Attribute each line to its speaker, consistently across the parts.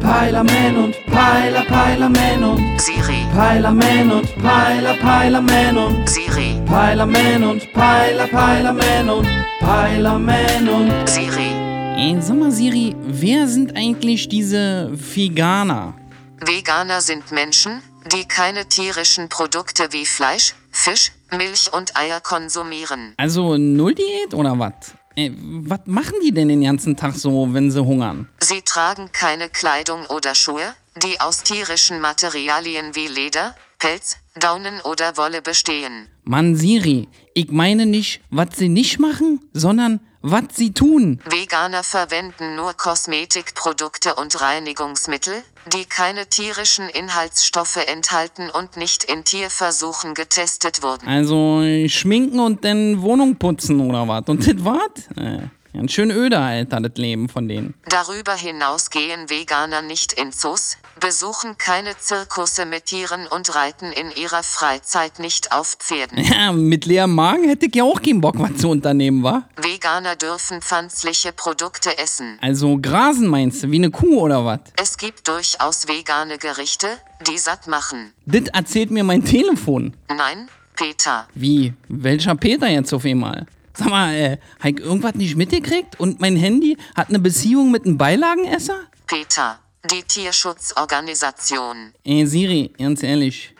Speaker 1: Peilerman und Peiler, Peilerman und
Speaker 2: Siri,
Speaker 1: Peilerman und Peiler, Peilerman und
Speaker 2: Siri,
Speaker 1: Peilerman und Peiler, Peilerman und Peilerman und
Speaker 2: Siri.
Speaker 3: Ey, sag mal, Siri, wer sind eigentlich diese Veganer?
Speaker 2: Veganer sind Menschen, die keine tierischen Produkte wie Fleisch, Fisch, Milch und Eier konsumieren.
Speaker 3: Also Nulldiät oder was? Ey, was machen die denn den ganzen Tag so, wenn sie hungern?
Speaker 2: Sie tragen keine Kleidung oder Schuhe, die aus tierischen Materialien wie Leder, Pelz, Daunen oder Wolle bestehen.
Speaker 3: Mann, Siri, ich meine nicht, was sie nicht machen, sondern was sie tun.
Speaker 2: Veganer verwenden nur Kosmetikprodukte und Reinigungsmittel, die keine tierischen Inhaltsstoffe enthalten und nicht in Tierversuchen getestet wurden.
Speaker 3: Also schminken und dann Wohnung putzen oder was? Und das war's? Äh, ganz schön öde, Alter, das Leben von denen.
Speaker 2: Darüber hinaus gehen Veganer nicht in Zoos, besuchen keine Zirkusse mit Tieren und reiten in ihrer Freizeit nicht auf Pferden.
Speaker 3: Ja, mit leerem Magen hätte ich ja auch keinen Bock, was zu unternehmen, war.
Speaker 2: Veganer dürfen pflanzliche Produkte essen.
Speaker 3: Also grasen meinst du, wie eine Kuh oder was?
Speaker 2: Es gibt durchaus vegane Gerichte, die satt machen.
Speaker 3: Das erzählt mir mein Telefon.
Speaker 2: Nein, Peter.
Speaker 3: Wie? Welcher Peter jetzt auf einmal? Sag mal, äh, hab ich irgendwas nicht mitgekriegt? Und mein Handy hat eine Beziehung mit einem Beilagenesser?
Speaker 2: Peter. Die Tierschutzorganisation.
Speaker 3: Ey, Siri, ganz ehrlich.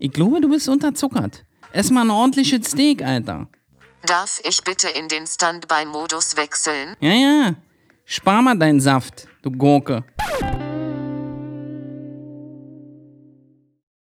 Speaker 3: Ich glaube, du bist unterzuckert. Ess mal ein ordentliches Steak, Alter.
Speaker 2: Darf ich bitte in den Standby-Modus wechseln?
Speaker 3: Ja, ja. Spar mal deinen Saft, du Gurke.